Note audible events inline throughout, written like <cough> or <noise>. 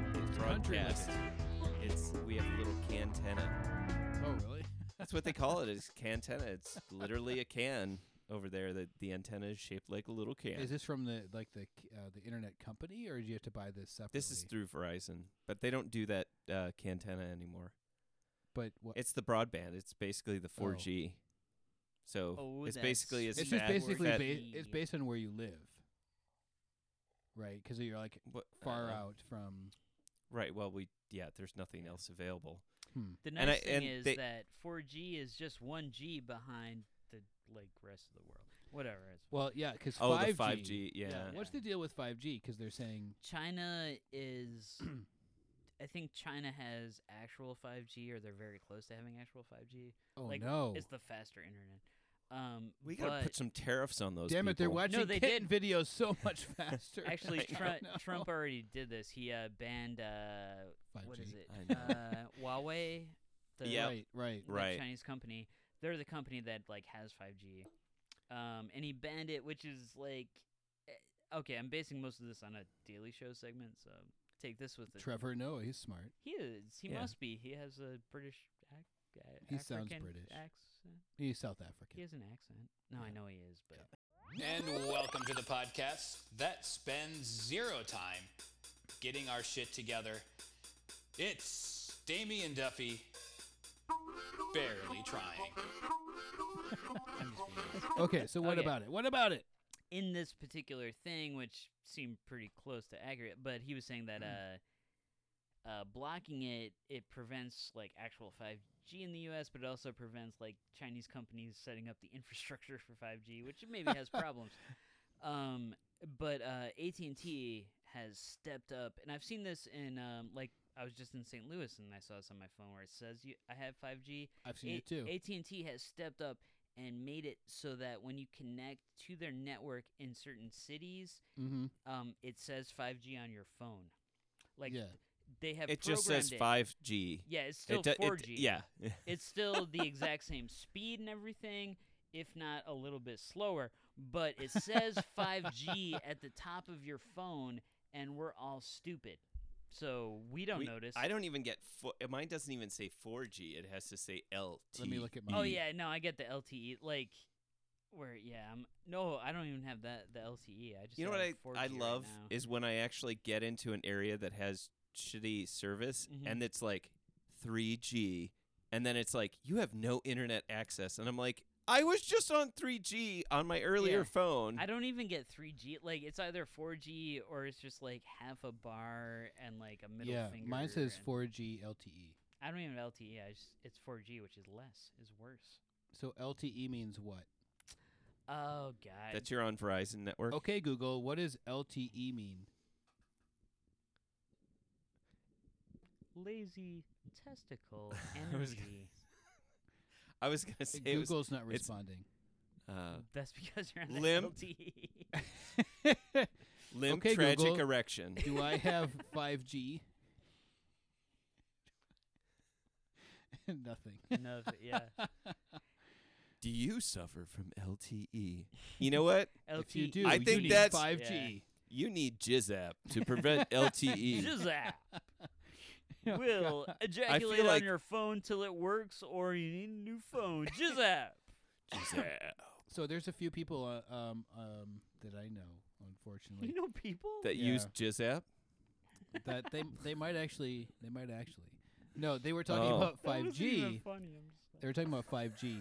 country podcast. It's we have a little cantenna. Oh, Mm. really? That's what they call it. Is cantenna. <laughs> It's literally a can over there that the antenna is shaped like a little can. Is this from the like the uh, the internet company, or do you have to buy this separately? this is through Verizon, but they don't do that uh, cantenna anymore. but what? Oh. It's the broadband. It's basically the 4G. So Oh, it's that's- basically as it's It's just fat. basically fat- ba- it's based on where you live, right? Because you're like what- far uh, out from. Right. Well, we yeah. There's nothing else available. Hmm. The nice And I- thing and is they- that 4G is just one G behind the like rest of the world. Whatever. It's, Well, yeah, because Oh, the Uh. 5G, 5G. Yeah. What's the deal with 5G? Because they're saying China <clears throat> is. I think China has actual 5G, or they're very close to having actual 5G. Oh, like, no. It's the faster internet. Um, We gotta but put some tariffs on those. Damn it, they're people. watching No, they kitten did. <laughs> videos so much faster. Actually, Trump, know. Trump already did this. He uh, banned uh, what 5G. is it? I know. <laughs> Uh, Huawei. The, Yeah. Right, right. that Right. Chinese company. They're the company that like has 5G. Um, and he banned it, which is like, eh, okay, I'm basing most of this on a Daily Show segment, so take this with it. Trevor Noah, he's smart. He is. He Yeah. must be. He has a British. Ac- a- He sounds African British. Accent. He's South He African. has an accent. No, I know he is, but And welcome to the podcast that spends zero time getting our shit together. It's Damien Duffy barely trying. I'm just being nice. <laughs> Okay, so what Okay. about it? What about it? in this particular thing, which seemed pretty close to accurate, but he was saying that uh, uh, blocking it it prevents like actual 5G in the U.S., but it also prevents like Chinese companies setting up the <laughs> infrastructure for 5G, which maybe has problems. Um, but uh, AT&T has stepped up, and I've seen this in um, like I was just in St. Louis and I saw this on my phone where it says you I have 5G. I've seen it too. AT&T has stepped up and made it so that when you connect to their network in certain cities, Mm-hmm. um, it says 5G on your phone. Like Yeah. they have It just says programmed it. 5G. Yeah, it's still It do- it- 4G. yeah. <laughs> It's still the exact same speed and everything, if not a little bit slower, but it says <laughs> 5G at the top of your phone and we're all stupid. So we don't We- notice. I don't even get. Fo- mine doesn't even say 4G. It has to say LT. Let me look at my. E. Oh yeah, no, I get the LTE. Like where yeah, I'm no, I don't even have that the LTE. I just You know what I have 4G I right love now. is when I actually get into an area that has shitty service Mm-hmm. and it's like 3G and then it's like you have no internet access and I'm like I was just on 3G on my earlier Yeah. phone. I don't even get 3G. Like it's either 4G or it's just like half a bar and like a middle Yeah, finger. mine says and- 4G LTE. I don't even have LTE. I just it's 4G, which is less, is worse. So LTE means what? Oh god. that you're on Verizon network. Okay, Google, what does LTE mean? lazy <laughs> testicle energy. I was gonna say it was- Google's not it's- responding. <laughs> <laughs> uh, That's because you're on E. the Limp. LTE. limb Okay, tragic Google. erection. <laughs> Do I have 5G? <laughs> Nothing. <laughs> no, but <laughs> yeah. Do you suffer from LTE? You know what? LTE. If you do, I you think need that's- 5G. You need Jizzap to <laughs> prevent <laughs> E. LTE. Zap <laughs> will ejaculate like- on your phone till it works, or you need a new phone. <laughs> Jizzap. Jizzap. So there's a few people uh, um, um, that I know, <laughs> You unfortunately, know people. That Yeah. use Jizzap? that they they might actually they might actually no, they were talking Oh. about That five wasn't even G. funny. I'm just like- They were talking about five <laughs> G,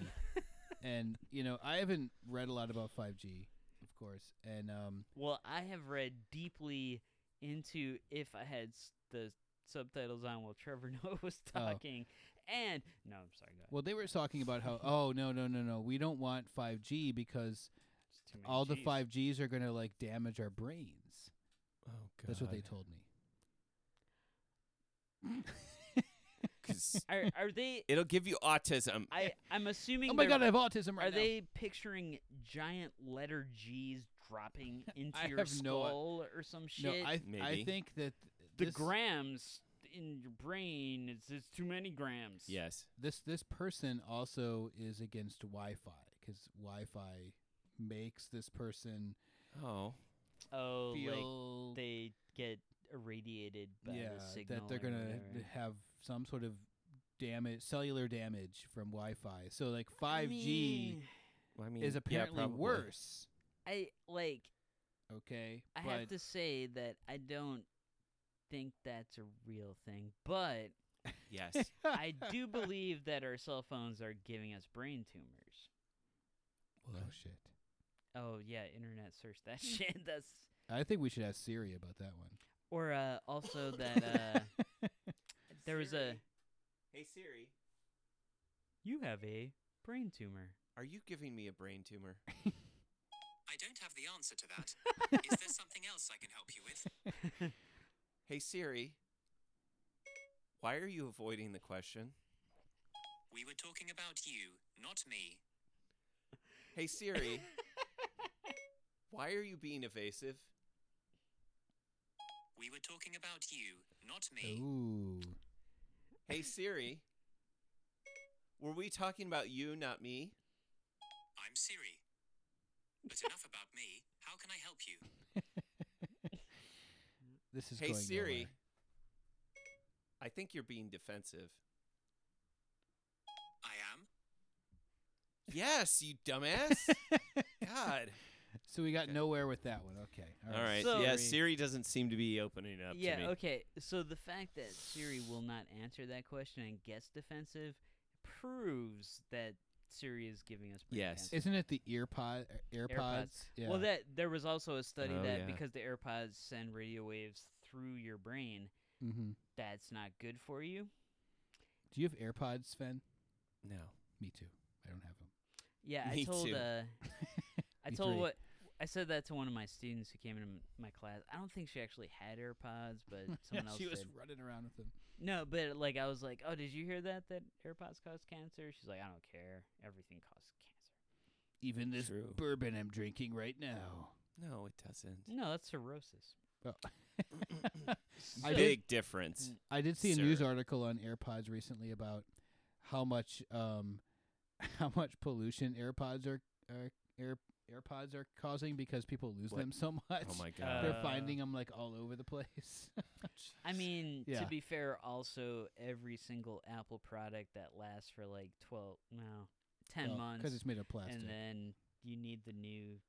and you know I haven't read a lot about five G, of course, and um, Well, I have read deeply into if I had s- the subtitles on while Trevor <laughs> Noah was Oh. talking, and no, I'm sorry, guys. well they were talking about how oh no no no no we don't want five G because It's too many all the Gs. five Gs are gonna like damage our brains. Oh god. That's what they told me. <laughs> 'Cause <laughs> Are, are they? It'll give you autism. I I'm assuming. Oh my they're- god, I have autism right Are now. they picturing giant letter G's <laughs> dropping into I your have no- skull or some no, shit? I I Maybe. think that the this, grams in your brain it's, it's too many grams yes. this this person also is against Wi-Fi because Wi-Fi makes this person Oh. oh like feel they get irradiated by yeah, the signal. that they're or gonna whatever. have some sort of damage, cellular damage from Wi-Fi. So like 5G mean, Well, I mean, is yeah, apparently probably. worse. I like. Okay, I but <laughs> have to say that I don't think that's a real thing, but Yes. <laughs> I do believe that our cell phones are giving us brain tumors. Oh shit! Oh yeah, internet search that <laughs> shit. That's I think we should ask Siri about that one. or uh, also that uh, <laughs> there was a Hey Siri, you have a brain tumor. are you giving me a brain tumor? I don't have the answer to that. Is there something else I can help you with? Hey Siri, why are you avoiding the question? We were talking about you, not me. Hey Siri, why are you being evasive? We were talking about you, not me. Ooh, Hey Siri, were we talking about you, not me? I'm Siri. But enough about me. How can I help you? this is hey going Siri, nowhere. I think you're being defensive. I am. Yes, you <laughs> dumbass. God. So we got Okay. nowhere with that one. Okay. All right. So- yeah, Siri doesn't seem to be opening up yeah. to me. Okay. So the fact that Siri will not answer that question and gets defensive proves that Siri is giving us brain Yes. cancer. Isn't it the ear pod, AirPods? Yeah. Well, that there was also a study Oh, that yeah. because the AirPods send radio waves through your brain, mm-hmm. that's not good for you. Do you have AirPods, Sven? No. Me too. I don't have them. Yeah, I Me told too. <laughs> uh I Me told three. what I said that to one of my students who came into m- my class. I don't think she actually had AirPods, <laughs> but <laughs> someone else she was did. running around with them. No, but like I was like, "Oh, did you hear that that AirPods cause cancer?" She's like, "I don't care. Everything causes cancer." Even this True. Oh. bourbon I'm drinking right now. No, it doesn't. No, that's cirrhosis. <laughs> Well, Oh. I Mm, So- Big difference. I did see a news Sir. article on AirPods recently about how much um <laughs> how much pollution AirPods are are Air, AirPods are causing because people lose What? them so much. Oh my god. They're Uh, finding them like all over the place. I mean, Yeah. to be fair, also every single Apple product that lasts for like 12, no, <laughs> 10 because months it's made of plastic, and then you need the new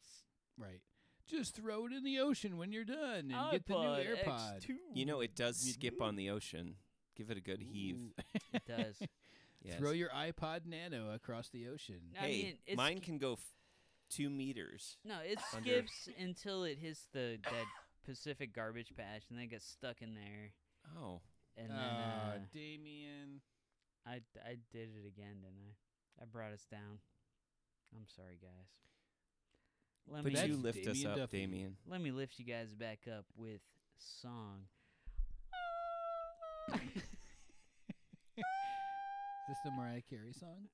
s- right? Just throw it in the ocean when you're done and get the new iPod AirPod. X2. you know it does You skip on the ocean. Give it a good heave. Ooh. It does. <laughs> Yes. Throw your iPod Nano across the ocean. No, I hey, mean, it's mine ki- can go f- 2 meters. No, it Under- skips until it hits the that Pacific garbage patch, and then it gets stuck in there. Oh. And then Ah, uh, Damien. I I did it again, didn't I? I brought us down. I'm sorry, guys. Let But me you That's lift us Damien up, Duffy. Damien. let me lift you guys back up with song. Is this the Mariah Carey song?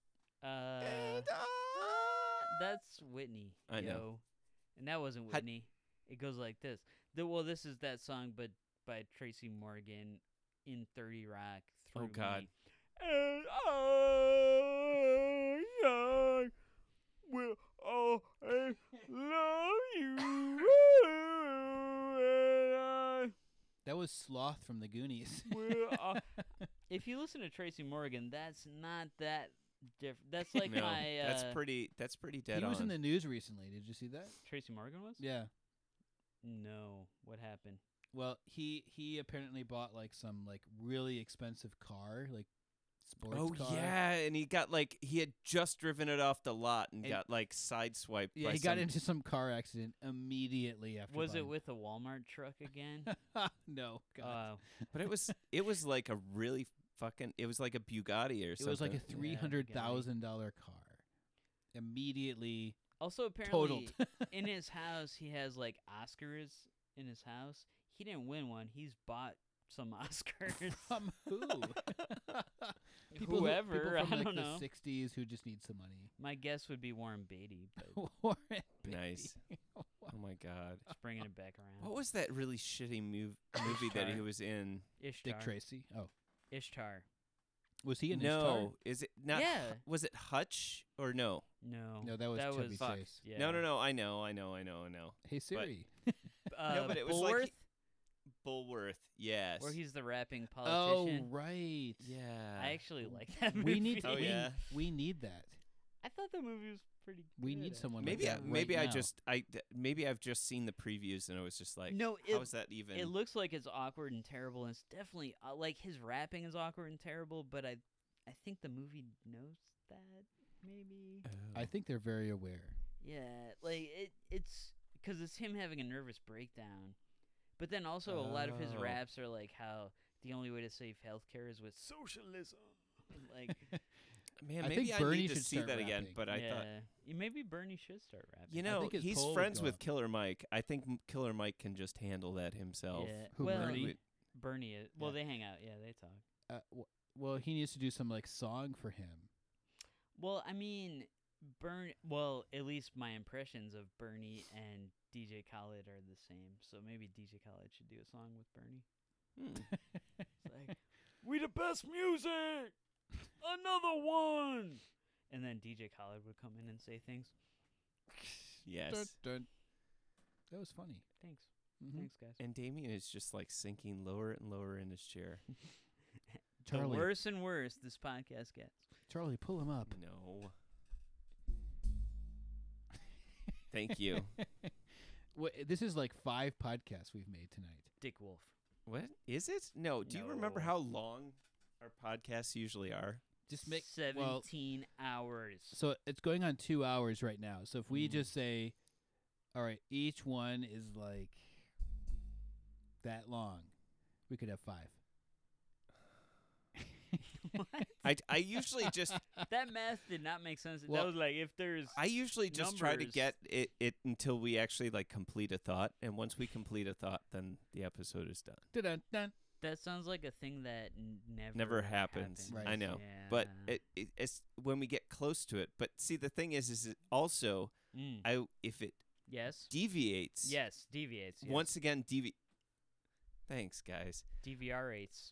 Uh, that's Whitney. I know. yo. and that wasn't Had- Whitney. it goes like this. The, well, this is that song, but by Tracy Morgan in Thirty Rock. Oh, Through God. Me. And I, I will always love you. <laughs> and I That was Sloth from the Goonies. <laughs> <laughs> will al- if you listen to Tracy Morgan, that's not that different. That's like no, my. Uh, that's pretty that's pretty dead he was on. in the news recently. Did you see that? Tracy Morgan was? Yeah. No. What happened? Well, he he apparently bought like some like really expensive car, like sports oh car. yeah, and he got like he had just driven it off the lot and, And- got like sideswiped Yeah, by he got some- into some car accident immediately after. Was it buying- with a Walmart truck again? <laughs> no, <laughs> God. uh, But it was it was like a really fucking it was like a Bugatti or it something. was like a Yeah, three hundred thousand dollar car. Immediately also, apparently, <laughs> totaled. <laughs> in his house, he has like Oscars in his house. He didn't win one. He's bought some <laughs> Oscars. <laughs> <laughs> from who? Whoever, who, people from, I like, don't the know. Sixties who just need some money. <laughs> My guess would be Warren Beatty, but Warren Nice. <laughs> Beatty. Oh my god. just bringing it back around. What was that really shitty <coughs> mov- movie that he Ishtar. was in? Ishtar. Dick Tracy. Oh, Ishtar. was he in his car? no, is it not? <laughs> Yeah. Was it Hutch or no? No. No, that was that Chevy was fuck. Chase. yeah. No, no, no. I know, I know, I know, I know. Hey Siri. <laughs> Uh, No, but it was like Borth? he- Bullworth. Yes. where he's the rapping Oh politician. right. yeah. I actually like that movie. <laughs> We need. Oh, we, yeah. we need that. I thought the movie was pretty. Good, We need someone. like maybe I, that right maybe I now. just I th- maybe I've just seen the previews and I was just like, No, how it- is that even? It looks like it's awkward and terrible, and it's definitely uh, like his rapping is awkward and terrible. But I, I think the movie knows that maybe. Uh. Oh. I think they're very aware. Yeah, like it, it's because it's him having a nervous breakdown, but then also a lot of his Oh. raps are like how the only way to save healthcare is with socialism. like, man, I maybe think I Bernie need to should see start that again. rapping. <laughs> But I yeah, thought, Yeah, maybe Bernie should start rapping. you I know, think his he's poll would friends go with up. Killer Mike. I think M- Killer Mike can just handle that himself. Yeah. Who, well, Bernie? Wait, Bernie is. Well, Yeah. they hang out. Yeah, they talk. Uh, w- well, he needs to do some like song for him. Well, I mean, Bern. Well, at least my impressions of Bernie and DJ Khaled are the same. So maybe DJ Khaled should do a song with Bernie. hmm. It's like, <laughs> we the best music. Another one. And then DJ Khaled would come in and say things. Yes. Dun, dun. That was funny. Thanks, Mhm. thanks, guys. Mm-hmm. And Damien is just like sinking lower and lower in his chair. the Charlie, worse and worse this podcast gets. Charlie, pull him up. No. Thank you. Wha this is like five podcasts we've made tonight. Dick Wolf. What is it? No. Do you remember No. how long our podcasts usually are? Just make well, seventeen hours. <laughs> so it's going on two hours right now. So if we Mm. just say, all right, each one is like that long, we could have five. What? I, I usually just that math did not make sense. Well, that was like if there's I usually just try to Numbers. get it, it until we actually like complete a thought, and once we complete a thought, then the episode is done. Dun, dun. That sounds like a thing that n- never Never happens. Right. I know, but Yeah. it, it, it's when we get close to it. But see, the thing is, is it also Mm. I if it yes, deviates, yes, deviates. Yes. once again devi. Thanks, guys. DVRates.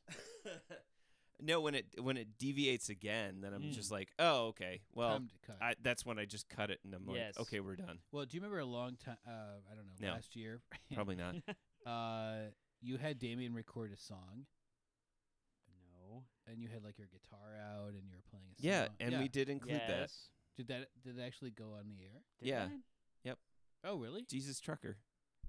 no, when it when it deviates again, then I'm Mm. just like, oh, okay. Well, Time to cut. I, that's when I just cut it, and I'm like, Yes. okay, we're <laughs> done. well, do you remember a long time? Uh, I don't know. No. Last year, <laughs> Probably <laughs> not. uh, you had Damien record a song, No. and you had like your guitar out, and you were playing a song. yeah, and we did include yes. that. Did that did it actually go on the air? Did Yeah. that? Oh really? Jesus Trucker.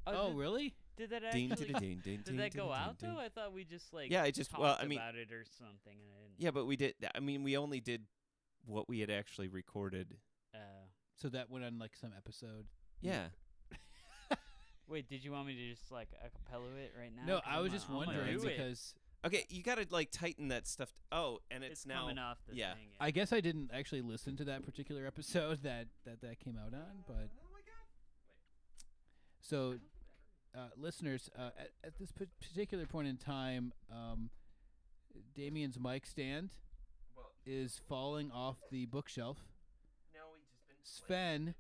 oh did, really? Did that Ding, actually? ding, ding, ding, <laughs> did that ding, go ding, out ding, though? ding. I thought we just like Yeah, I just- well, talked I mean- about it or something, and I didn't. Yeah, but we did. I mean, we only did what we had actually recorded. Uh, So that went on like some episode. Yeah. wait, did you want me to just like acapella it right now? no, 'Cause I I'm was a- just I'm gonna wondering do it. because Okay, you gotta like tighten that stuff. T- oh, and it's, it's now. coming off the yeah. thing. I guess I didn't actually listen to that particular <laughs> episode that that, that came out on, but so uh, listeners, uh, at, at this pa- particular point in time, um, Damien's mic stand is falling off the bookshelf. Sven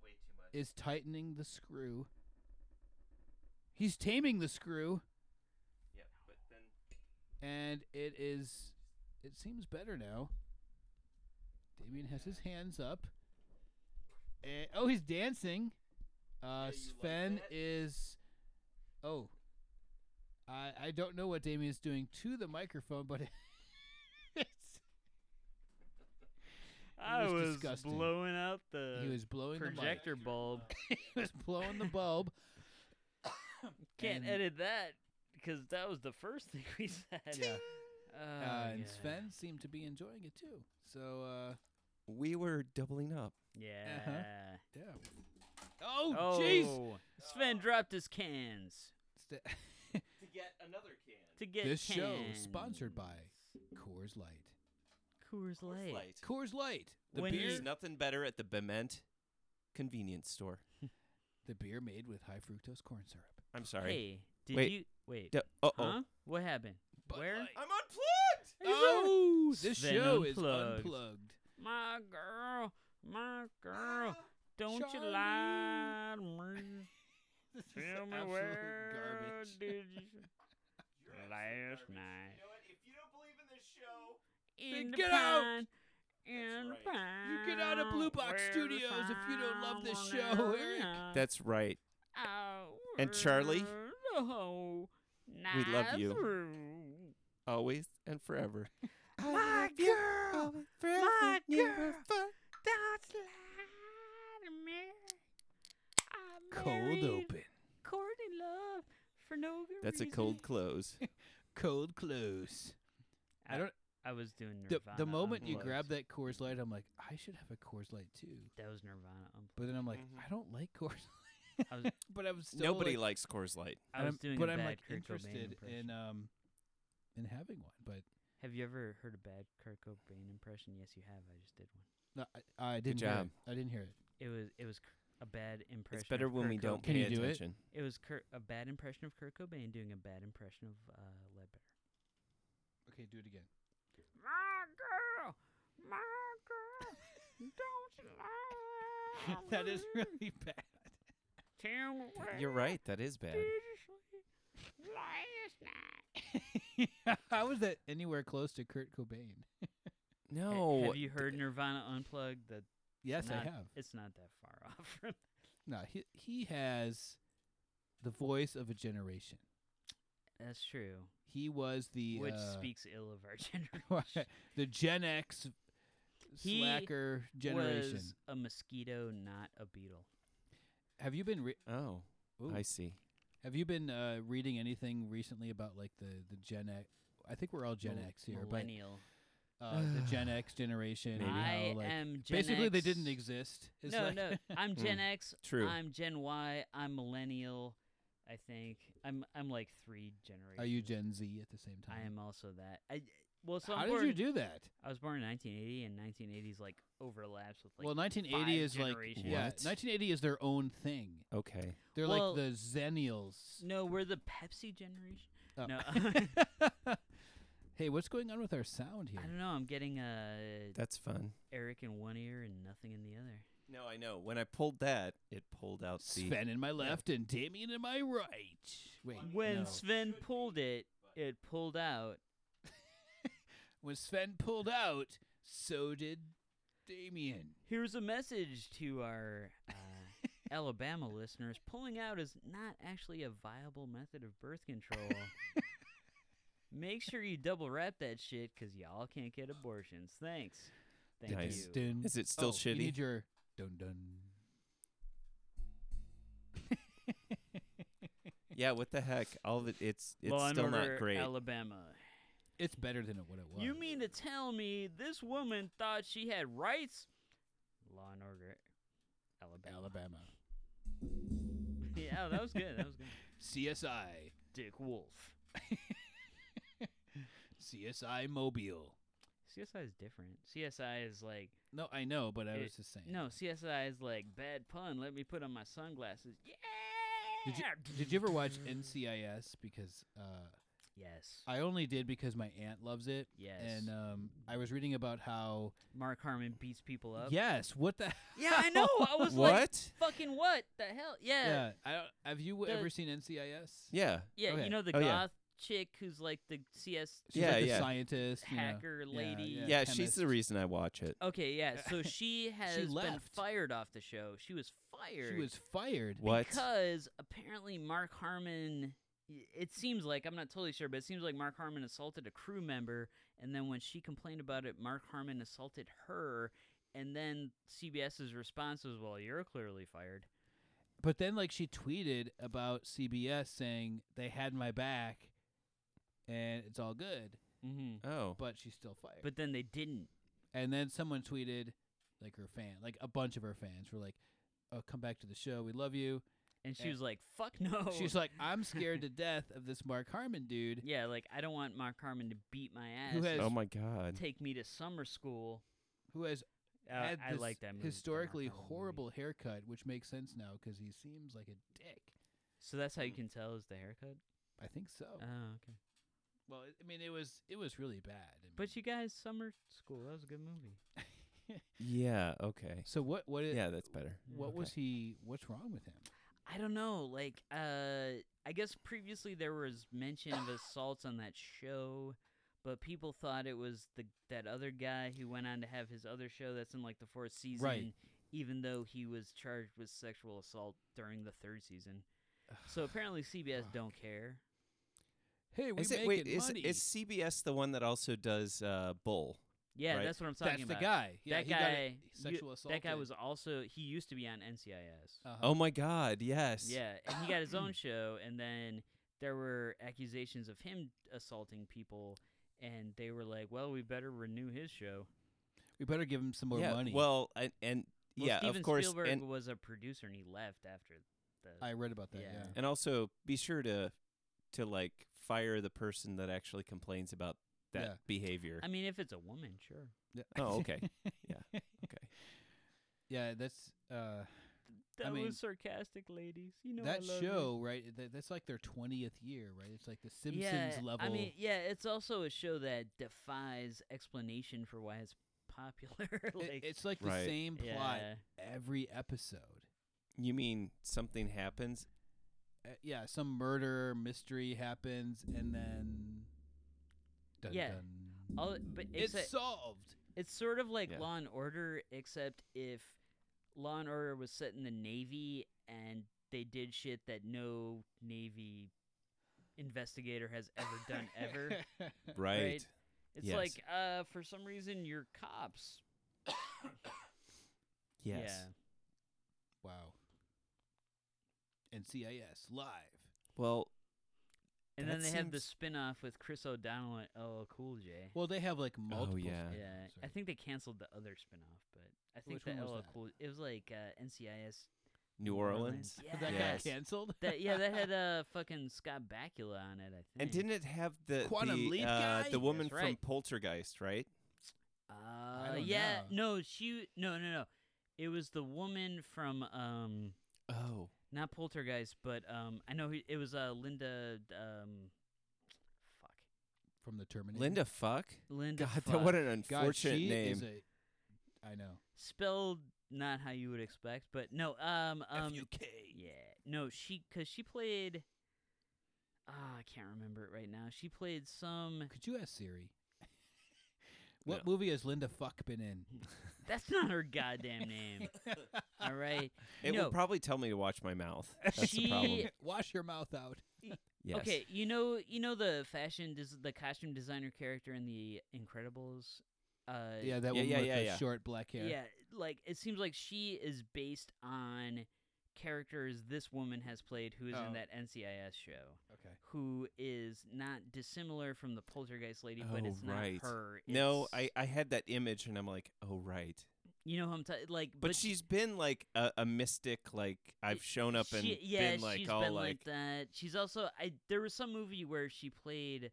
is tightening the screw. He's taming the screw, and it is. It seems better now. Damien has his hands up. And, oh, he's dancing. Uh, Sven is. Oh. I I don't know what Damien's doing to the microphone, but <laughs> it's, I was was disgusting. blowing out the he was blowing projector bulb. <laughs> <laughs> the mic. he was blowing the bulb. Can't And- edit that because that was the first <laughs> thing we said. Yeah. Oh, Uh, and yeah. Sven seemed to be enjoying it too. So uh, We were doubling up. Yeah. yeah. Oh Oh, jeez. Sven dropped his cans Sta- To get another can. to get This show is cans. sponsored by <laughs> Coors Light. Coors Light. Coors Light. The When beer. There's nothing better at the Bement convenience store. the beer made with high fructose corn syrup. I'm sorry. Hey, did Wait. you wait? oh. huh? What happened? Where? Light. I'm unplugged. Oh, this Sven show is Unplugged. unplugged. My girl, my girl, don't you Charlie. lie to me. <laughs> This is Tell me absolute where garbage. did <laughs> you last night? what? If you don't believe in this show, in the get out. pine, in right. the pine, You get out of Blue Box where the Studios if you don't love this sun show, Eric. will that's right. out And Charlie? the hole We love you. Nazareth. always and forever. My girl, my girl, that's Cold open. Courtney Love for no good That's a cold close. Cold close. I don't. I was doing The, Nirvana. the moment you Unplugged. grab that Coors Light, I'm like, I should have a Coors Light too. that was Nirvana. Um, Unplugged. But then I'm like, Mhm. I don't like Coors. <laughs> I was, Light. but I'm still Nobody like, likes Coors Light. I was I'm- doing but a I'm bad like Kurt Cobain interested impression. in um in having one. But have you ever heard a bad Kurt Cobain impression? Yes, you have. I just did one. no, I, I didn't. Hear job. it. I didn't hear it. It was it was cr- a bad impression. It's better of when Kurt we don't Cobain. Can pay you do it? attention. It was Kurt, a bad impression of Kurt Cobain doing a bad impression of uh, Ledbetter. Okay, do it again. My girl, my girl, don't you lie. <laughs> that is really bad. Tell me where You're right. That is bad. did you sleep last night? <laughs> How is that anywhere close to Kurt Cobain? No. have you heard Nirvana unplugged? That Yes, I not- have. It's not that far <laughs> off. From No, he he has the voice of a generation. That's true. He was the Which uh, <laughs> speaks ill of our <laughs> generation. the Gen X He slacker generation. Was a mosquito, not a beetle. have you been re- Oh, Ooh. I see. have you been uh, reading anything recently about like the the Gen X? I think we're all Gen Mil- X here, millennial. but uh, the Gen X generation. and I how, like, am Gen basically they X. didn't exist. It's no, like- <laughs> Hmm. no. I'm Gen X. True. I'm Gen Y. I'm millennial. I think I'm I'm like three generations. Are you Gen Z at the same time? I am also that. I well, so how I'm did born, you do that? I was born in 1980, and 1980s like overlaps with like. well, 1980 five is like generations. yeah, What? 1980 is their own thing. Okay. They're Well- like the Zennials. no, we're the Pepsi generation. Oh. No. <laughs> hey, what's going on with our sound here? I don't know. I'm getting uh That's fun. Eric in one ear and nothing in the other. No, I know. When I pulled that, it pulled out the. Sven in my left and Damien in my right. Wait, When no. Sven pulled it, it pulled out. when Sven pulled out, so did Damien. Here's a message to our <laughs> uh, Alabama listeners: pulling out is not actually a viable method of birth <laughs> control. Make sure you double wrap that shit, cause y'all can't get abortions. Thanks. Thank Nice. you. Dun- Is it still oh, You shitty? need your dun dun. <laughs> Yeah. What the heck? All the it's it's Law and still Order not great. Alabama. It's better than what it was. You mean to tell me this woman thought she had rights? Law and Order Alabama. <laughs> Alabama yeah, that was good. That was good. CSI, <laughs> Dick Wolf. CSI Mobile? CSI is different. CSI is like No, I know, but I It- was just saying. no. CSI is like bad pun. Let me put on my sunglasses. Yeah. Did you did <laughs> you ever watch NCIS? Because uh, Yes. I only did because my aunt loves it. yes. And um, I was reading about how Mark Harmon beats people up. yes, what the <laughs> Yeah, I know. I <laughs> was what? like, fucking what the hell? Yeah. <laughs> yeah. I don't, have you The- ever seen NCIS? yeah. Yeah. Okay. You know the Oh, goth yeah. chick who's like the CS She's Yeah, like the yeah. scientist, you know. hacker lady. Yeah. Yeah, she's the chemist. reason I watch it. <laughs> Okay, yeah. So she has been left. fired off the show. She was fired. She was fired. What? because apparently Mark Harmon. y- It seems like I'm not totally sure, but it seems like Mark Harmon assaulted a crew member, and then when she complained about it, Mark Harmon assaulted her, and then CBS's response was, "Well, you're clearly fired." But then, like, she tweeted about CBS saying they had my back, and it's all good. Mm-hmm. Oh. But she's still fired. But then they didn't. and then someone tweeted, like her fan, like a bunch of her fans were like, "Oh, come back to the show. We love you." And she Eh. was like, "Fuck no." She's like, "I'm scared to death of this Mark Harmon dude." <laughs> "Yeah, like I don't want Mark Harmon to beat my ass. Who has- Oh and my God. take me to summer school?" who has Uh, had I this like that movie, the Mark historically Harmon movie. horrible haircut, which makes sense now because he seems like a dick. So that's how you can tell is the haircut. I think so. Mm. Oh, okay. well, I- I mean, it was it was really bad. I mean- But you guys, summer school. That was a good movie. Yeah. Okay. so what? What? It, Yeah, that's better. What okay. was he? What's wrong with him? I don't know. Like, uh, I guess previously there was mention of assaults on that show, but people thought it was the that other guy who went on to have his other show that's in like the fourth season, even though he was charged with sexual assault during the third season. So apparently CBS don't care. Hey, we Is it, making wait, is, money. is CBS the one that also does uh, Bull? Yeah, Right. that's what I'm talking That's the about. guy. Yeah, that he got guy. it- you- sexual assault. That guy was also. He used to be on NCIS. Uh-huh. Oh my God, yes. Yeah, and he got his <clears throat> own show, and then there were accusations of him assaulting people, and they were like, "Well, we better renew his show." we better give him some more yeah, money. Well, and, and Well, yeah, Steven of course. Spielberg And, was a producer, and he left after the. I read about that. Yeah. Yeah. and also be sure to to like fire the person that actually complains about that Yeah. behavior. I mean, if it's a woman, sure. Yeah. <laughs> <laughs> Oh, okay. Yeah. Okay. Yeah, that's uh, That mean, was sarcastic, ladies. You know I that love you. show, right? That, that's like their twentieth year, right? It's like the Simpsons yeah, level. I mean, yeah, it's also a show that defies explanation for why it's popular. <laughs> It- like, it's like the Right. same plot yeah. every episode. You mean something happens? Uh, yeah, some murder mystery happens, and then dun, Yeah. dun. All, but it's except- solved. It's sort of like Yeah. Law and Order, except if Law and Order was set in the Navy and they did shit that no Navy investigator has ever <laughs> done ever. Right. Right. It's Yes. like, uh, for some reason, you're cops. Yes. <laughs> wow. And CIS live. Well, Yeah. And That then they have the seems- spin off with Chris O'Donnell and LL Cool J. Well, they have like multiple. Oh, yeah. yeah. spin-offs, I right? think they cancanceled the other spin off, but I Which think the one was LL that? Cool it was like uh, NCIS. New New Orleans. Orleans. that Yes. got canceled. That yeah, that had uh fucking Scott Bakula on it, I think. And didn't it have the Quantum the, Leap uh, guy? the woman That's from right. Poltergeist, right? Uh, don't yeah, know. no, she, no, no, no. It was the woman from, um, Oh, not Poltergeist, but um, I know who- it was uh Linda, um, fuck, from the Terminator. Linda Fuck. Linda. God, fuck. that what an God, unfortunate she name. Is a, I know. spelled not how you would expect, but no, um, um, F-U-K. yeah, no, she, cause she played. Ah, I can't remember it right now. She played some. Could you ask <laughs> Siri? what No. movie has Linda Fuck been in? <laughs> That's not her goddamn name. All right. it no, will probably tell me to watch my mouth. That's the problem. She- Wash your mouth out. Yes. Okay, you know, you know the fashion, des- the costume designer character in the Incredibles. Uh, Yeah, that Yeah, woman yeah, with yeah, the yeah. short black hair. yeah. Like it seems like she is based on characters this woman has played, who is Oh. in that NCIS show, Okay. who is not dissimilar from the Poltergeist lady, but Oh, it's not right. her. No, it's- I, I had that image and I'm like, oh right. You know who I'm talking like, But, she- she's been like a, a mystic. Like I've shown up and She- yeah, been like she's all been like, like, that. She's also I there was some movie where she played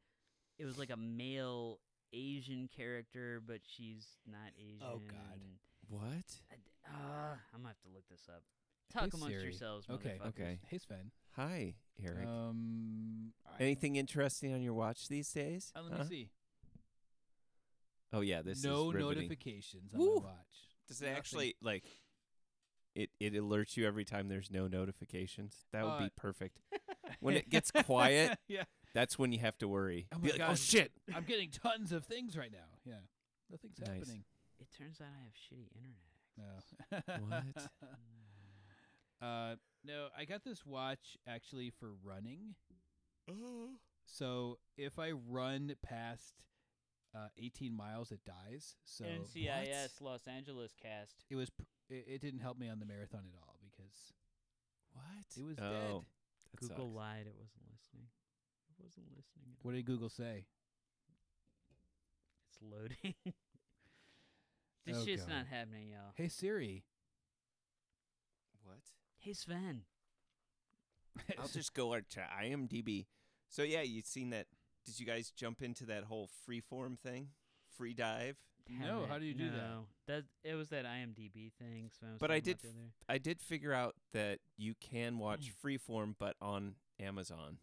it was like a male Asian character, but she's not Asian. Oh, God. and what? I d- uh, I'm gonna have to look this up. Talk amongst Siri. yourselves, Okay. motherfuckers. Okay. Hey Sven. Hi, Eric. Um. I- Anything interesting on your watch these days? Uh, let me Huh? see. Oh yeah, this no is riveting. notifications Woo. on my watch. Does it Nothing. actually like? It it alerts you every time there's no notifications. That would Uh, be <laughs> perfect. when it gets quiet, yeah. That's when you have to worry. Oh Be my like, oh God. shit. I'm getting tons of things right now. Yeah. Nothing's Nice. happening. It turns out I have shitty internet. No. <laughs> Uh, no, I got this watch actually for running. So if I run past uh, 18 miles, it dies. So NCIS Los Angeles cast. it was pr- it, it didn't help me on the marathon at all because What? it was oh, dead. that Google sucks. lied. It wasn't listening. It wasn't listening. What did Google say? It's loading. <laughs> this Oh, shit's God. not happening, y'all. Hey Siri. What? Hey Sven. I'll just go out to IMDb. So yeah, you've seen that. Did you guys jump into that whole freeform thing? Free dive. No, how it. do you do that? No. that? it was that IMDb thing. So I was But I talking did about the other- I did figure out that you can watch freeform, but on Amazon.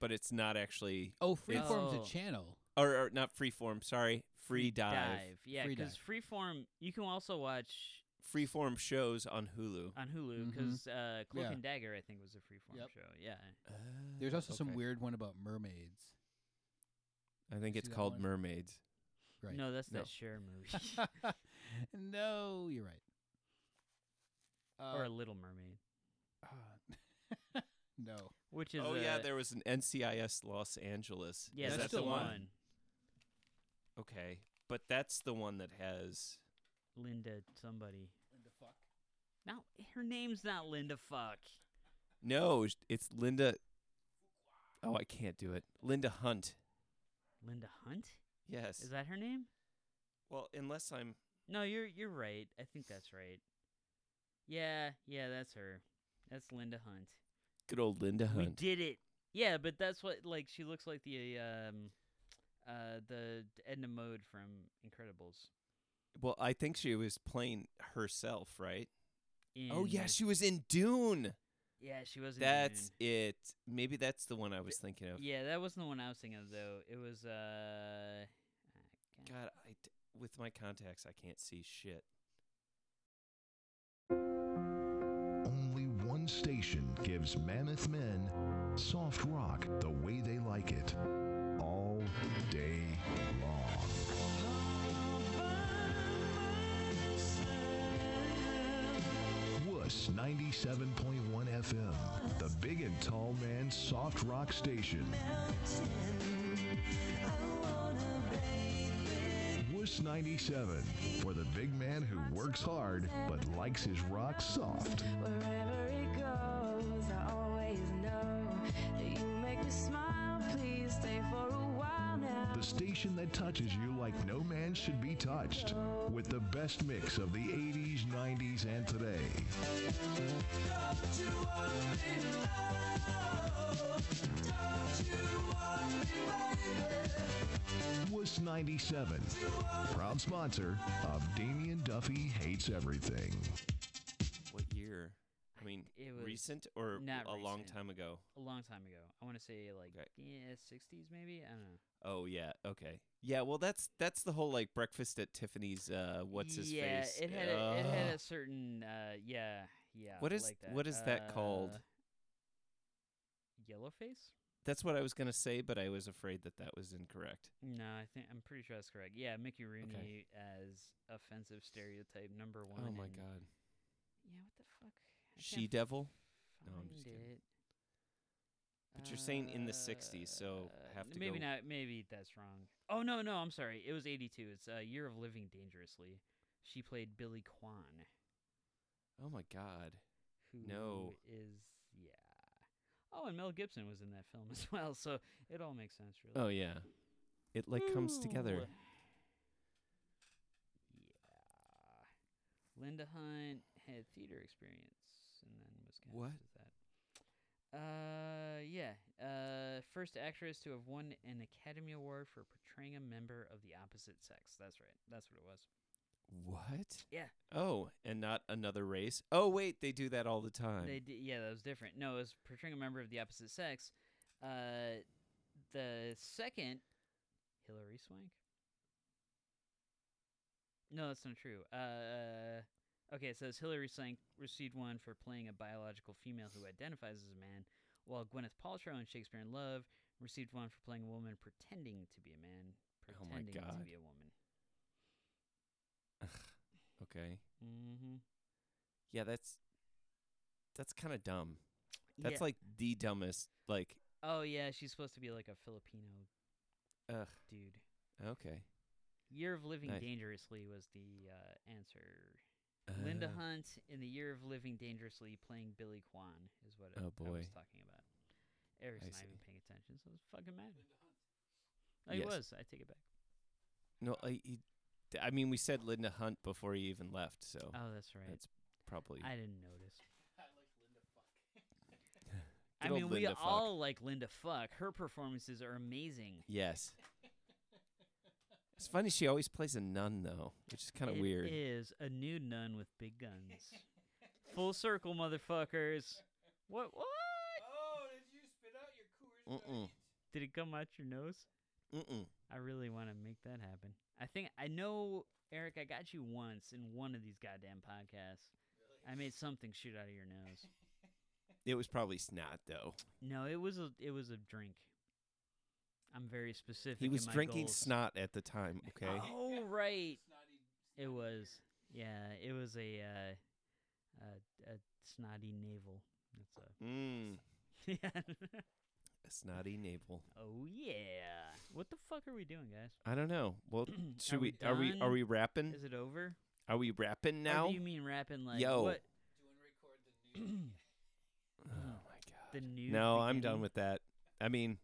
But it's not actually, oh, Freeform's Oh. a channel. or, or not freeform. Sorry, free dive. Yeah, Free because freeform. You can also watch Freeform shows on Hulu. on Hulu Mm-hmm. Mhm. because uh, Cloak Yeah. and Dagger, I think, was a freeform Yep. show. Yeah, There's also some okay. weird one about mermaids. I think See it's that called one? Mermaids. Right. no, that's No. that Cher movie <laughs> no, you're right. Uh, or a Little Mermaid. ah. <laughs> no. which is oh yeah, uh, there was an NCIS Los Angeles. yeah, Is that's that's that the the one. Okay, but that's the one that has. Linda somebody. Linda fuck. No, her name's not Linda. Fuck. No, sh- it's Linda. Oh, I can't do it. Linda Hunt. Linda Hunt. Yes. Is that her name? well, unless I'm. No, you're you're right. I think that's right. Yeah, yeah, that's her. That's Linda Hunt. Good old Linda We Hunt. did it. Yeah, but that's what like she looks like the um uh the Edna Mode from Incredibles. Well, I think she was playing herself, right? oh, in- yeah, she was in Dune. yeah, she was. in That's it. Maybe that's the one I was thinking Dune. of. Yeah, that wasn't the one I was thinking of though. It was uh. God. God, I d- with my contacts, I can't see shit. Only one station gives Mammoth Men soft rock the way they like it all day long. Wuss 97.1 FM, the big and tall man soft rock station. Wuss 97 for the big man who works hard but likes his rock soft. Wherever it goes, I always know that you make me smile. Please stay for a while now. The station that touches you like no man should be touched, with the best mix of the 80s, 90s, and today. Was 97, proud sponsor of Damien Duffy Hates Everything. What year? I mean, it was recent or not a long recent. time ago? a long time ago. I want to say like Okay. yeah, sixties maybe. I don't know. Oh yeah, okay. Yeah, well that's that's the whole like breakfast at Tiffany's uh what's his yeah, face? it had a, it had a Ugh. certain uh yeah yeah. What is- like that. what is that called? Uh, Yellow face? That's what I was going to say, but I was afraid that that was incorrect. No, I think I'm pretty sure that's correct. Yeah, Mickey Rooney as offensive stereotype number one. oh my and- god. Yeah, what the fuck? I She can't Devil? Find No, I'm just kidding. it. But you're saying in the 60s, so Uh, have to maybe go- not. Maybe that's wrong. Oh no, no, I'm sorry. It was 82. It's uh, Year of Living Dangerously. She played Billy Kwan. Oh my god. who No. is yeah. Oh, and Mel Gibson was in that film <laughs> as well, so it all makes sense, really. Oh yeah. It like comes together. Yeah. Linda Hunt had theater experience, and then was cast What? as that. Uh, yeah. Uh, first actress to have won an Academy Award for portraying a member of the opposite sex. That's right. That's what it was. What? Yeah. Oh, and not another race. Oh wait, they do that all the time. They d- yeah, that was different. No, it was portraying a member of the opposite sex. Uh, the second, Hillary Swank. No, that's not true. Uh, okay, it says Hillary Swank received one for playing a biological female who identifies as a man, while Gwyneth Paltrow in Shakespeare in Love received one for playing a woman pretending to be a man, Oh my pretending to God. be a woman. okay. Mm-hmm. Yeah, that's that's kind of dumb. That's like the dumbest like oh yeah, she's supposed to be like a Filipino ugh. dude. Okay. Year of Living Nice. Dangerously was the uh, answer. Linda Uh, Hunt in the Year of Living Dangerously playing Billy Kwan is what I- Oh, I was boy. talking about. Eric's I not even see. paying attention, so it's fucking mad. Oh, he Yes. was. I take it back. No, I he, I mean we said Linda Hunt before he even left, so Oh, that's right. that's probably I didn't notice. I <laughs> Good old mean, we Linda Fuck. all like Linda Fuck. Her performances are amazing. Yes. It's funny she always plays a nun though, which is kind of It weird. Is a nude nun with big guns. Full circle, motherfuckers. What? What? Oh, did you spit out your Coors Mm-mm. Did it come out your nose? Mm-mm. I really want to make that happen. I think I know Eric. I got you once in one of these goddamn podcasts. I made something shoot out of your nose. It was probably snot though. No, it was a it was a drink. I'm very specific. He in was my drinking goals. snot at the time. Okay. <laughs> Oh right, it was. Yeah, it was a <laughs> uh, a, a snotty navel. That's a Mm. yeah. A snotty navel. oh yeah. What the fuck are we doing, guys? I don't know. <clears throat> Well, should Are we we, are we are done? we rapping? Is it over? Are we rapping Or now? do you mean rapping like Yo. what? <clears throat> oh my god. The new no, I'm beginning? done with that. I mean,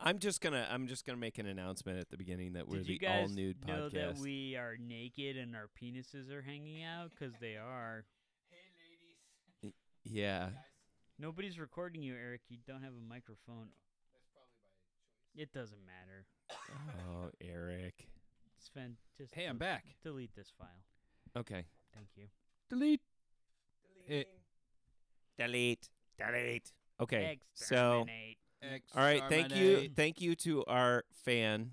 I'm just gonna I'm just gonna make an announcement at the beginning that we're Did you the guys all nude know podcast. that we are naked and our penises are hanging out? Because they are. <laughs> yeah. Nobody's recording you, Eric. You don't have a microphone. It doesn't matter. Oh, Eric. Sven, just Hey, I'm del- back. Delete this file. Okay. Thank you. Delete. It, Delete. Delete. Okay. So Exterminate. X all right, thank you. Terminate. Thank you to our fan.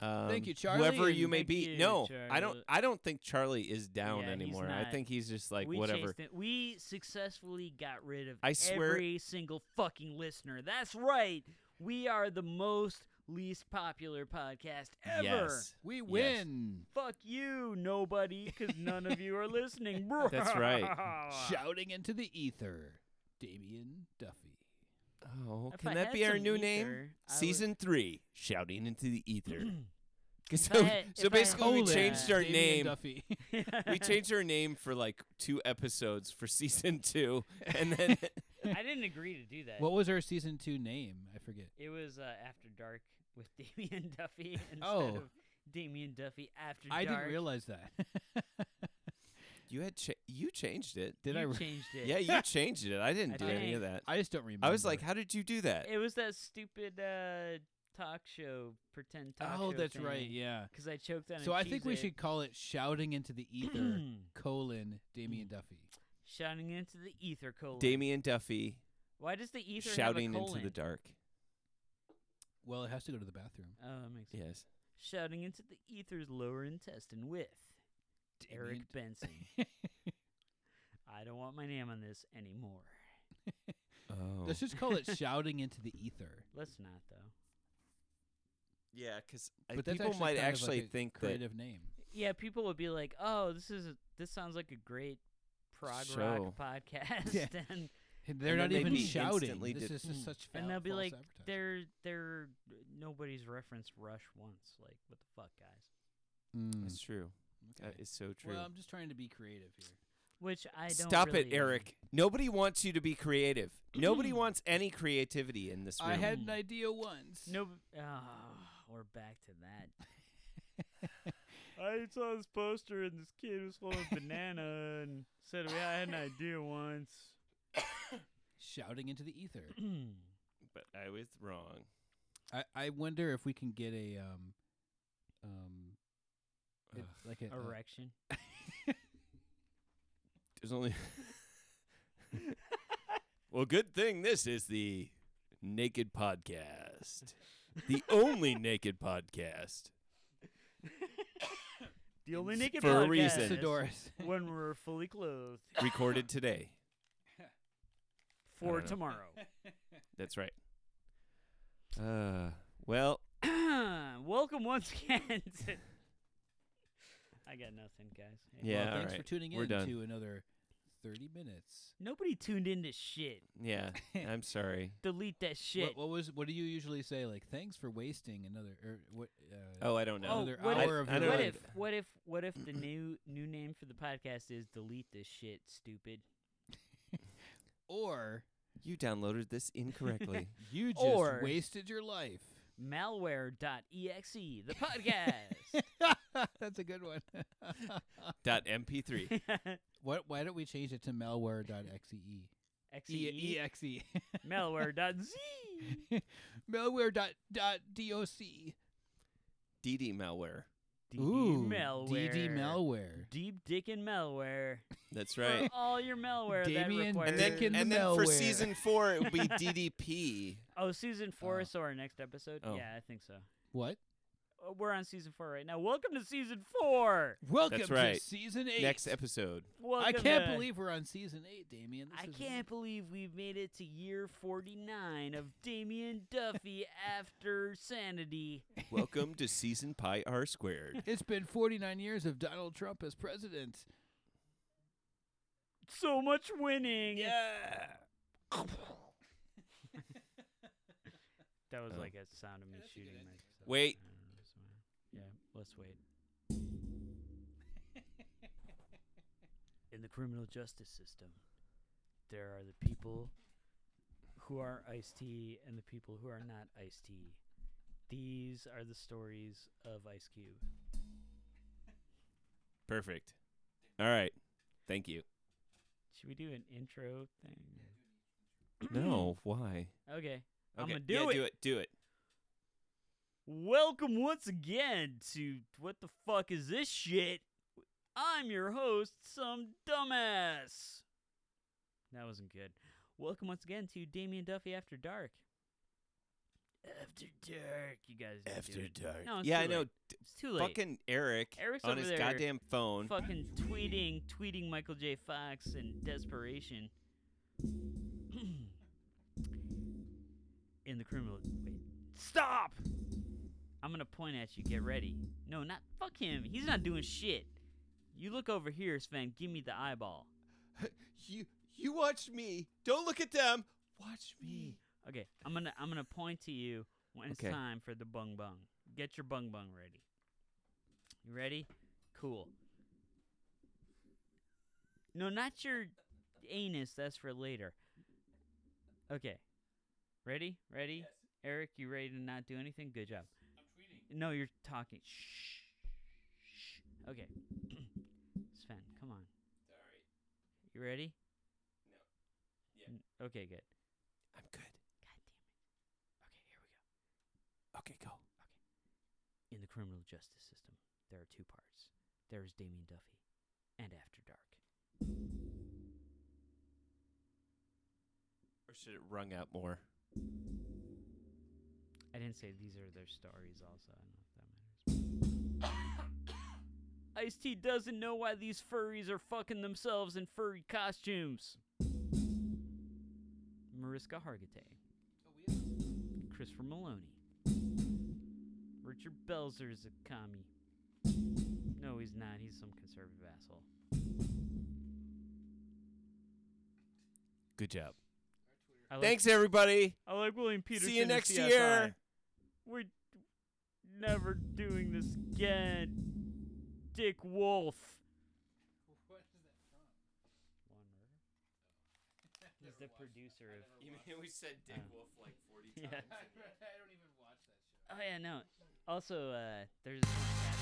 Um, you, Whoever Charlie, you and may thank be. you, no, I don't Charlie. I don't think Charlie is down Yeah, he's anymore. I not. think he's just like we whatever. chased it. We successfully got rid of I swear- every single fucking listener. That's right. We are the most least popular podcast ever. Yes. We Yes. win. Fuck you, nobody, because none of you are listening. That's <laughs> right. Ah. Shouting into the ether. Damien Duffy. Oh, If can I that had be our some new ether, name? I would- Season three, shouting into the <clears throat> ether. <laughs> 'Cause If I so, had- so if I had basically, we some changed ether, our Damien name. Duffy. <laughs> <laughs> <laughs> we changed our name for like two episodes for season two, and <laughs> then I didn't agree to do that. what was our season two name? I forget. it was uh, After Dark with <laughs> Damien Duffy instead Oh. of Damien Duffy After I Dark. didn't realize that. <laughs> you had cha- you changed it. Did I? You re- changed <laughs> it. Yeah, you changed it. I didn't I do any of think- that. I just don't remember. I was like, how did you do that? It was that stupid uh, talk show, pretend talk show. Oh, that's right. Yeah. Because I choked on. So a I think we Cheez-It. <clears throat> should call it "Shouting into the Ether: colon Damien Duffy." shouting into the ether colon. Damien Duffy Why does the ether shouting have a into the colon? dark. Well, it has to go to the bathroom. Oh, that makes sense. Yes. Shouting into the ether's lower intestine with Eric Damien- Benson. <laughs> <laughs> I don't want my name on this anymore. Oh. Let's just call it "Shouting into the <laughs> Ether." Let's not though. yeah, because But that's people actually might kind of like actually a think that creative name. Yeah, people would be like, "Oh, this is a, this sounds like a great prog Show. <laughs> rock podcast," <laughs> Yeah. and And They're And then not they'd even be shouting. instantly Hmm. This dis- is just such fa- and they'll be false like, advertising. "They're they're nobody's referenced Rush once." Like, what the fuck, guys? Mm. it's true. That Okay. is so true. Well, I'm just trying to be creative here. Which I don't. Stop it, really know. Eric. Nobody wants you to be creative. Nobody wants any creativity in this room. I had an idea once. No, b- oh, we're back to that. <laughs> I saw this poster and this kid was holding a banana and said, "Yeah, I had an idea once." <clears throat> shouting into the ether. but I was wrong. I, I wonder if we can get a um um it- like a, a- Erection. There's only. well, good thing this is the Naked Podcast, the only Naked Podcast. The only naked for a podcast reason. <laughs> Isidoris. <laughs> when we're fully clothed Recorded today. for know. tomorrow. That's right. Uh, well, <laughs> <clears throat> Welcome once again. To <laughs> I got nothing, guys. Hey, Yeah, well, all thanks for right. tuning We're in done. to another thirty minutes. Nobody tuned into shit. yeah, I'm sorry. Delete that shit. What, what was what do you usually say? Like thanks for wasting another or what? Uh, Oh, I don't know. <laughs> Oh, another what hour if- of I your don't what know. life. if what if what if the new new name for the podcast is delete this shit stupid Oh. or You downloaded this incorrectly. you just Or- wasted your life. malware.exe the <laughs> podcast <laughs> That's a good one. <laughs> Dot <laughs> MP3. what? Why don't we change it to malware.exe? exe E- <laughs> exe. malware.z <laughs> malware dot dot doc. DD malware. DD Ooh, malware DD malware. deep dick and malware That's for right. all your malware that Damien requires and then, Dick and and then for malware. season four, it would <laughs> be DDP. oh season four Oh. so our next episode Oh. yeah I think so What? Uh, we're on season four right now welcome to season four Welcome right. to season eight. Next episode. I Welcome can't to- believe we're on season eight, Damien. This I is can't believe we've made it to year 49 of Damien Duffy after Sanity. Welcome to season pi r squared. It's been 49 years of Donald Trump as president. So much winning. Yeah. That was Oh. like a sound of me that's a good shooting end. myself. Wait. I don't know, somewhere. Yeah, let's wait. <laughs> In the criminal justice system, there are the people who are iced tea and the people who are not iced tea. These are the stories of Ice Cube. Perfect. All right. Thank <clears throat> you. Should we do an intro thing? no, why? Okay. I'm Okay, gonna do yeah, it. Do it. Do it. Welcome once again to What the Fuck Is This Shit? I'm your host, some dumbass. That wasn't good. Welcome once again to Damien Duffy After Dark. After Dark. You guys. didn't do it. dark. No, it's yeah, too I know. late. It's too late. Fucking Eric Eric's on over his there goddamn phone. Fucking tweeting, tweeting Michael J. Fox in desperation. <clears throat> in the criminal. Wait. Stop! I'm gonna point at you. Get ready. No, not. Fuck him. He's not doing shit. You look over here, Sven. Give me the eyeball. You you watch me. Don't look at them. Watch me. Okay, I'm gonna I'm gonna point to you when it's Okay. time for the bung bung. Get your bung bung ready. You ready? Cool. No, not your anus. That's for later. Okay. Ready? Ready? Eric, you ready to not do anything? Good job. I'm tweeting. No, you're talking. Shh. Shh. Okay. <clears throat> Sven, come on. You ready? No. Yeah. Okay, good. I'm good. God damn it. Okay, here we go. Okay, go. In the criminal justice system, there are two parts. There is Damien Duffy and After Dark. Or should it rung out more? I didn't say these are their stories also. I don't know if that matters. <coughs> Ice T doesn't know why these furries are fucking themselves in furry costumes. Mariska Hargitay. Christopher Maloney. Richard Belzer's a commie. No, he's not. He's some conservative asshole. Good job. I like- Thanks everybody. I like William Peterson. See you and next CSI. year. We're d- never doing this again. Dick Wolf. <laughs> He's the producer of. we said Dick Uh. Wolf like 40 <laughs> <laughs> Yeah. I don't even watch that show. Oh yeah, no. Also, uh, there's.